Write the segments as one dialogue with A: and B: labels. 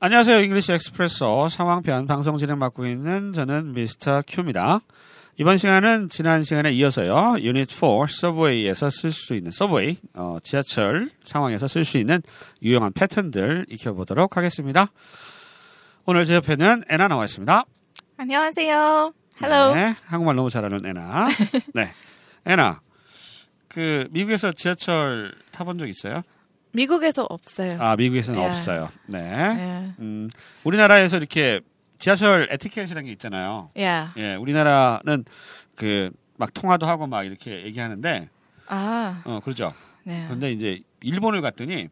A: 안녕하세요. 잉글리시 엑스프레소 상황편 방송 진행 맡고 있는 저는 미스터 큐입니다. 이번 시간은 지난 시간에 이어서요. 유닛 4 서브웨이에서 쓸 수 있는 서브웨이 어, 지하철 상황에서 쓸 수 있는 유용한 패턴들 익혀보도록 하겠습니다. 오늘 제 옆에는 애나 나와 있습니다.
B: 안녕하세요. Hello.
A: 네, 한국말 너무 잘하는 애나. 네, 애나. 그 미국에서 지하철 타본 적 있어요?
B: 미국에서 없어요.
A: 아 미국에서는
B: 네.
A: 없어요.
B: 예.
A: 네. 음, 우리나라에서 이렇게 지하철 에티켓이라는 게 있잖아요.
B: 예.
A: 예, 우리나라는 그 막 통화도 하고 막 이렇게 얘기하는데,
B: 아,
A: 어, 그렇죠.
B: 네.
A: 그런데 이제 일본을 갔더니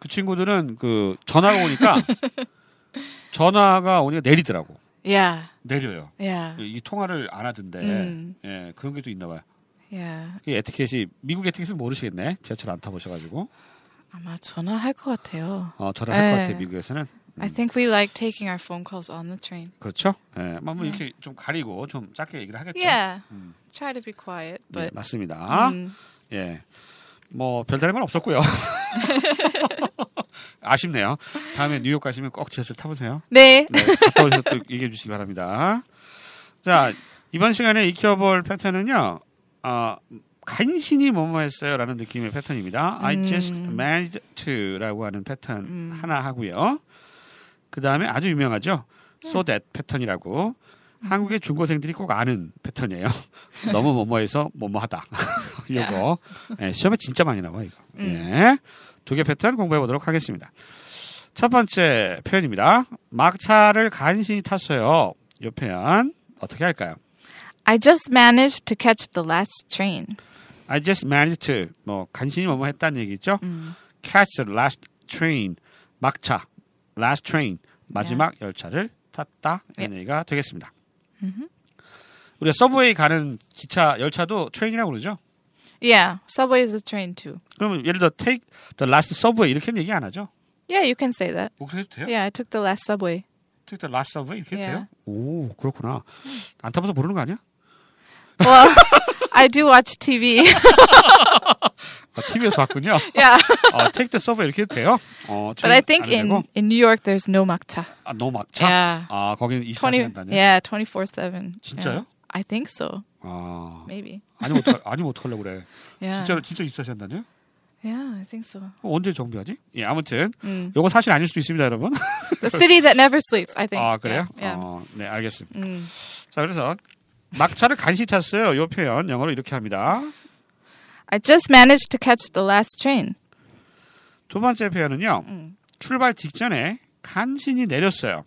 A: 그 친구들은 그 전화가 오니까 전화가 오니까 내리더라고.
B: 예.
A: 내려요.
B: 예.
A: 이 통화를 안 하던데,
B: 음.
A: 예, 그런 게 또 있나 봐요.
B: 예.
A: 이 에티켓이 미국 에티켓은 모르시겠네. 지하철 안 타보셔가지고
B: 아마 전화할 것 같아요.
A: 어, 저를 할 것
B: 네.
A: 같아요. 미국에서는
B: I think we like taking our phone calls on the train.
A: 그렇죠. 예, 뭐
B: 음.
A: 이렇게 좀 가리고 좀 작게 얘기를 하겠죠.
B: Yeah. Try to be quiet,
A: 예,
B: but
A: 맞습니다.
B: 예. 음,
A: 예. 뭐 별다른 건 없었고요. 아쉽네요. 다음에 뉴욕 가시면 꼭 지하철 타보세요.
B: 네.
A: 네, 갔다 오셔서 또 얘기해 주시기 바랍니다. 자, 이번 시간에 익혀볼 패턴은요. 아, 간신히 뭐뭐 했어요라는 느낌의 패턴입니다. I just managed to라고 하는 패턴 하나 하고요. 그 다음에 아주 유명하죠. So that 패턴이라고. 한국의 중고생들이 꼭 아는 패턴이에요. 너무 뭐뭐해서 뭐뭐하다. 이거 예, 시험에 진짜 많이 나와 이거. 예, 두 개 패턴 공부해 보도록 하겠습니다. 첫 번째 표현입니다. 막차를 간신히 탔어요. 이 표현 어떻게 할까요?
B: I just managed to catch the last train.
A: I just managed to 뭐 간신히 뭐뭐 했다는 얘기죠.
B: 음.
A: Catch the last train 막차 last train 마지막 열차를 탔다 이런 얘기가 되겠습니다. 우리가 서브웨이 가는 기차 열차도 트레인이라고 그러죠.
B: Yeah. Subway is a train too.
A: 그러면 예를 들어 take the last subway 이렇게는 얘기 안 하죠.
B: Yeah, you can say that.
A: 뭐 그래도 돼요?
B: Yeah, I took the last subway.
A: take the last subway 이렇게 해도
B: 예.
A: 돼요? 오 그렇구나. 안 타봐서 모르는 거 아니야?
B: Well, I do watch TV.
A: 아, TV에서 봤군요.
B: yeah.
A: 어, take the subway 이렇게 해도 돼요? 어,
B: But I
A: 트레인
B: think
A: 안 되고?
B: in in New York there's no makta.
A: 아, 너무 막차?
B: 예.
A: 아, 거기는
B: 20
A: 24시간 다녀요?
B: yeah, 24/7. Yeah.
A: 진짜요?
B: I think so.
A: 아,
B: Maybe.
A: 아니면 어떡, 아니면 어떡하려고 그래.
B: Yeah.
A: 진짜로, 진짜 24시간 다녀요?
B: Yeah, I think so.
A: 그럼 언제 정비하지? 예, 아무튼.
B: 음.
A: 요거 사실 아닐 수도 있습니다, 여러분.
B: The city that never sleeps, I think.
A: 아, 그래요?
B: 네. Yeah. yeah.
A: 어, 네, 알겠습니다.
B: 음.
A: 자, 그래서 막차를 간신히 탔어요. 요 표현 영어로 이렇게 합니다.
B: I just managed to catch the last train.
A: 두 번째 표현은요.
B: 음.
A: 출발 직전에 간신히 내렸어요.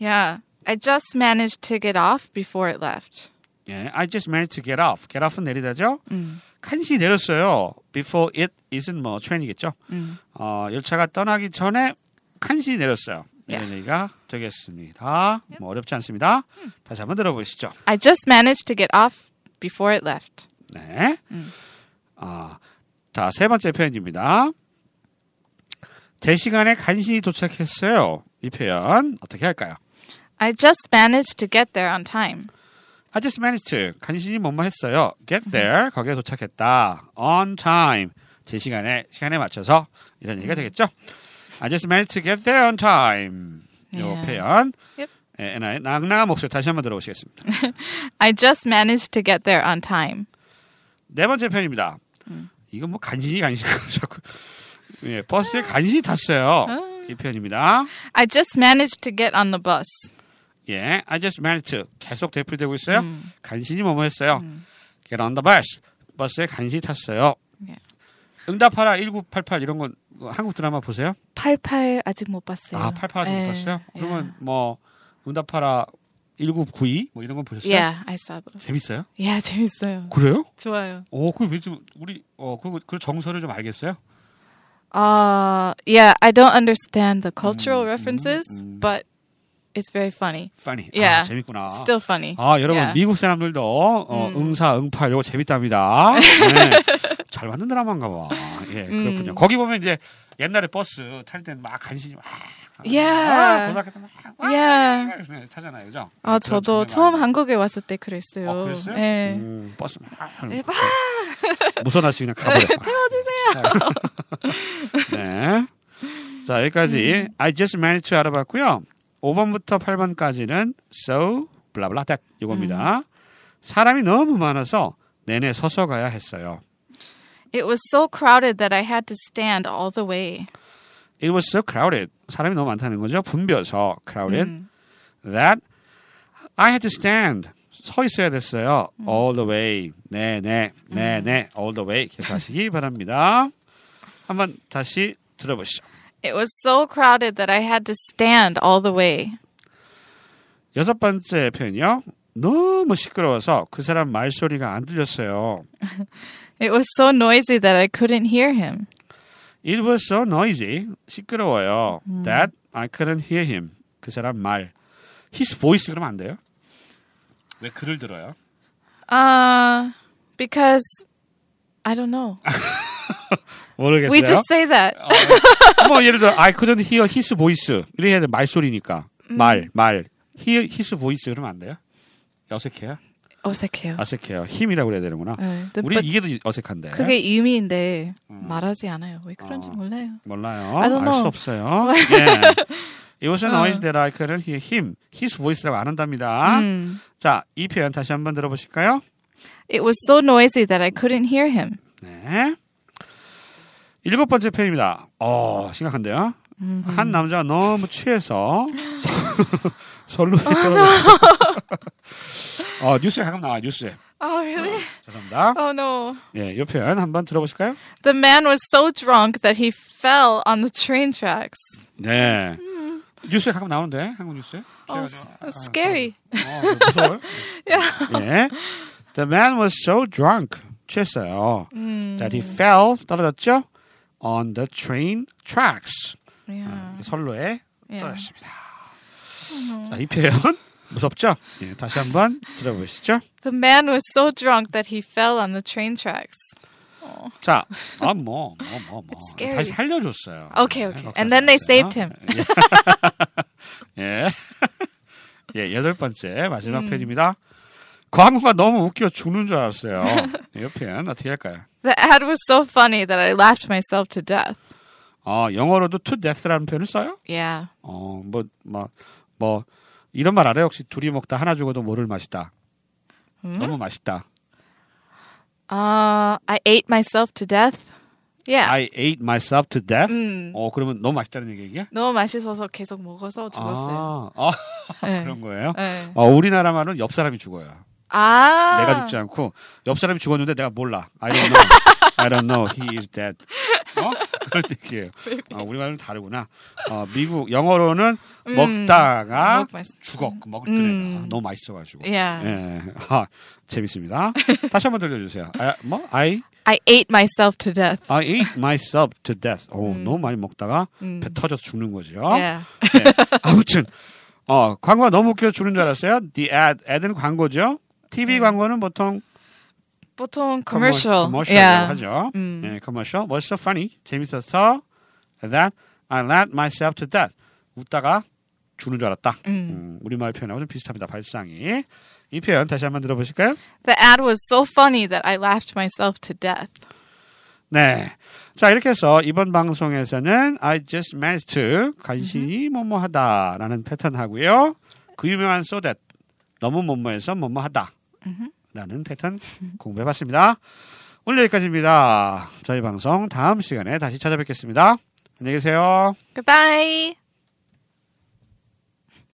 B: Yeah. I just managed to get off before it left.
A: 예, I just managed to get off. get off은 내리다죠.
B: 음.
A: 간신히 내렸어요. Before it isn't 뭐 train이겠죠.
B: 음.
A: 어, 열차가 떠나기 전에 간신히 내렸어요. 이런 얘기가 되겠습니다. 뭐 어렵지 않습니다.
B: 음.
A: 다시 한번 들어보시죠.
B: I just managed to get off before it left.
A: 네.
B: 음.
A: 아, 자, 세 번째 표현입니다. 제 시간에 간신히 도착했어요. 이 표현 어떻게 할까요?
B: I just managed to get there on time.
A: I just managed to. 간신히 뭐뭐 했어요. get there. 거기에 도착했다. on time. 제 시간에, 시간에 맞춰서. 이런 얘기가 되겠죠? I just managed to get there on time. 요
B: 예.
A: 표현.
B: Yep.
A: 예, 에나의 낭낭한 목소리 다시 한번 들어보시겠습니다.
B: I just managed to get there on time.
A: 네 번째 표현입니다. 이건 뭐 간신히 간신히 자꾸. 예, 버스에 간신히 탔어요. 이 표현입니다.
B: I just managed to get on the bus.
A: 예, I just managed to. 계속 대풀되고 있어요. 간신히 뭐뭐 했어요. Get on the bus. 버스에 간신히 탔어요.
B: 예.
A: 응답하라 1988 이런 건뭐 한국 드라마 보세요?
B: 팔팔 아직 못 봤어요.
A: 아, 88 아직
B: 예,
A: 못 봤어요?
B: yeah.
A: 그러면 뭐 응답하라 1992 뭐 이런 건 보셨어요?
B: Yeah, I saw those.
A: 재밌어요?
B: Yeah, 재밌어요.
A: 그래요?
B: 좋아요.
A: 어, 그게 왜 지금 우리 어, 그, 그 정서를 좀 알겠어요?
B: Uh, yeah, I don't understand the cultural references, but it's very funny.
A: funny. 아,
B: Yeah.
A: 재밌구나.
B: Still funny.
A: 아, 여러분
B: Yeah.
A: 미국 사람들도
B: 음.
A: 어, 응사 응팔 이거 재밌답니다. 네. 잘 만든 드라마인가 봐. 예,
B: 음.
A: 그렇군요. 거기 보면 이제 옛날에 버스 탈 때는 막 간신히 막
B: Yeah.
A: 아, 고등학교 때막
B: Yeah.
A: 타잖아요. 그죠?
B: 아,
A: 그런 장면
B: 저도 처음
A: 많이
B: 한국에 왔을 때 그랬어요.
A: 아, 그랬어요?
B: 예.
A: 음, 버스 막
B: 네, 막.
A: 무선하시 그냥 가버려. 태워주세요. 네. 자, 여기까지
B: 음.
A: I just managed to 알아봤고요. 5번부터 8번까지는 so blah blah that
B: 음.
A: 이겁니다. 사람이 너무 많아서 내내 서서 가야 했어요.
B: It was so crowded that I had to stand all the way.
A: It was so crowded. 사람이 너무 많다는 거죠. 붐벼서 crowded. That I had to stand. 서 있어야 됐어요.
B: 음.
A: All the way. 네, 네, 네, 네. All the way. 계속하시기 바랍니다. 한번 다시 들어보시죠.
B: It was so crowded that I had to stand all the way.
A: 여섯 번째 표현이요. 너무 시끄러워서 그 사람 말소리가 안 들렸어요.
B: It was so noisy that I couldn't hear him.
A: It was so noisy. 시끄러워요.
B: 음.
A: That I couldn't hear him. 그 사람 말. His voice 그러면 안 돼요? 왜 그를 들어요?
B: Uh, because I don't know.
A: 모르겠어요.
B: We just say that.
A: 뭐 예를 들어 I couldn't hear his voice. 이래야 돼 말소리니까.
B: 음.
A: 말, 말. Hear his voice 그러면 안 돼요? 어색해요?
B: 어색해요.
A: 어색해요. 힘이라고 그래야 되는구나.
B: 네,
A: 우리
B: but
A: 이게 더 어색한데.
B: 그게 의미인데 말하지 않아요. 왜 그런지
A: 어.
B: 몰라요.
A: 몰라요.
B: I don't
A: 알 수
B: know. 뭐 어.
A: 없어요. 예. It was a noise that I couldn't hear him. His voice라고 안 한답니다.
B: 음.
A: 자, 이 표현 다시 한번 들어보실까요?
B: It was so noisy that I couldn't hear him.
A: 네. 일곱 번째 표현입니다. 어, 심각한데요. 한 남자가 너무 취해서 설로 떨어졌어. 어, 뉴스에 가끔 나와 뉴스에.
B: Oh really?
A: 죄송합니다.
B: Oh no.
A: 예, 이 표현 한번 들어보실까요?
B: The man was so drunk that he fell on the train tracks.
A: 네. 뉴스에 가끔 나오는데 한국 뉴스에.
B: Oh,
A: 취해가지고.
B: that's scary.
A: 어, 무서워요? 예. The man was so drunk. 취했어요. That he fell. 떨어졌죠? On the train tracks.
B: Yeah.
A: 이렇게 선로에
B: 예.
A: 떨어졌습니다. 자, 이 표현 무섭죠? 예, 다시 한번 들어보시죠.
B: The man was so drunk that he fell on the train tracks.
A: 자, 아, 뭐, 뭐, 뭐, 뭐.
B: scary.
A: 다시 살려줬어요.
B: Okay,
A: 네,
B: okay.
A: 걱정하지
B: And then they
A: 마세요.
B: saved him.
A: 예. 예, 여덟 번째 마지막
B: 음.
A: 표현입니다. 광고가 너무 웃겨 죽는 줄 알았어요. 이 표현 어떻게 할까요?
B: The ad was so funny that I laughed myself to death.
A: 어, 영어로도 to death라는 표현을 써요?
B: Yeah.
A: 어, 뭐, 뭐, 뭐, 이런 말 알아요? 혹시 둘이 먹다 하나 죽어도 모를 맛이다.
B: 음?
A: 너무 맛있다.
B: Uh, I ate myself to death. Yeah. 음.
A: I ate myself to death. 어, 그러면 너무 맛있다는 얘기야?
B: 너무 맛있어서 계속 먹어서 죽었어요.
A: 아, 아
B: 네.
A: 그런 거예요?
B: 네.
A: 어, 우리나라 말은 옆 사람이 죽어요.
B: 아.
A: 내가 죽지 않고 옆 사람이 죽었는데 내가 몰라. I don't know. I don't know. He is dead. 어? 그런 얘기예요. 어, 우리말은 다르구나. 어, 미국 영어로는 먹다가
B: 음. 아, 먹- 맛있-
A: 죽었 먹을 때가 너무 맛있어가지고.
B: 음. Yeah.
A: 예. 아, 재밌습니다. 다시 한번 들려주세요. 아, 뭐 I
B: I ate myself to death.
A: I ate myself to death. 오, 너무 많이 먹다가 배 터져서 죽는 거죠.
B: Yeah.
A: 네. 아무튼 어 광고가 너무 웃겨 주는 줄 알았어요. The ad, ad은 광고죠. TV 광고는 보통
B: 보통
A: 음. commercial,
B: commercial.
A: commercial
B: Yeah.
A: 하죠. 네, commercial. Was so funny. 재밌어서 that I laughed myself to death. 웃다가 주는 줄 알았다. 음, 우리말 표현하고 좀 비슷합니다. 발상이. 이 표현 다시 한번 들어보실까요?
B: The ad was so funny that I laughed myself to death.
A: 네. 자, 이렇게 해서 이번 방송에서는 I just managed to 간신히 뭐뭐 하다라는 패턴 하고요. 그 유명한 so that 너무 뭐뭐해서 뭐뭐 하다 라는 패턴 공부해 봤습니다. 오늘 여기까지입니다. 저희 방송 다음 시간에 다시 찾아뵙겠습니다. 안녕히 계세요.
B: Goodbye.